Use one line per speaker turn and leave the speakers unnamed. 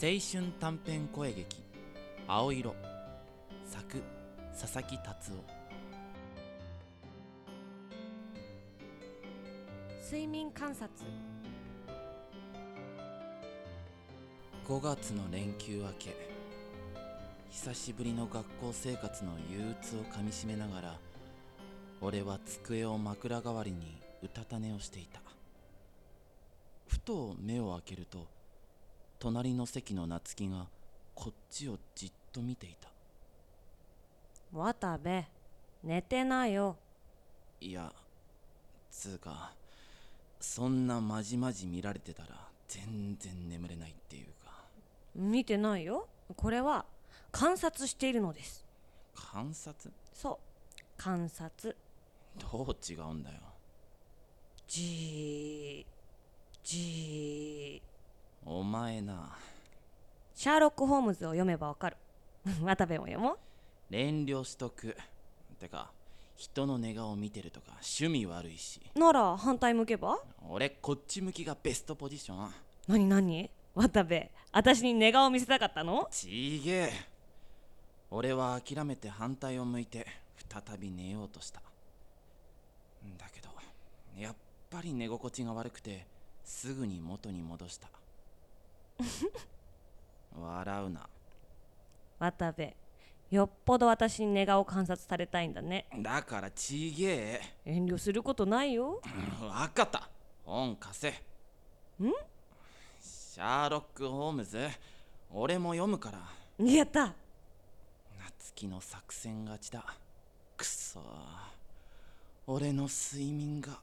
青春短編声劇「青色」作佐々木達夫
睡眠観察
5月の連休明け久しぶりの学校生活の憂鬱をかみしめながら俺は机を枕代わりにうたた寝をしていたふと目を開けると隣の席の夏希がこっちをじっと見ていた
渡部寝てないよ
いやつうかそんなまじまじ見られてたら全然眠れないっていうか
見てないよこれは観察しているのです
観察
そう観察
どう違うんだよ
じーじー
お前な
シャーロック・ホームズを読めばわかる 渡部も読もう
遠慮しとくてか人の寝顔見てるとか趣味悪いし
なら反対向けば
俺こっち向きがベストポジション
何何渡部私に寝顔見せたかったの
ちげえ俺は諦めて反対を向いて再び寝ようとしただけどやっぱり寝心地が悪くてすぐに元に戻した 笑うな
渡部よっぽど私に寝顔観察されたいんだね
だからちげえ
遠慮することないよ
分かった本貸せんシャーロック・ホームズ俺も読むから
やった
夏希の作戦勝ちだくそー俺の睡眠が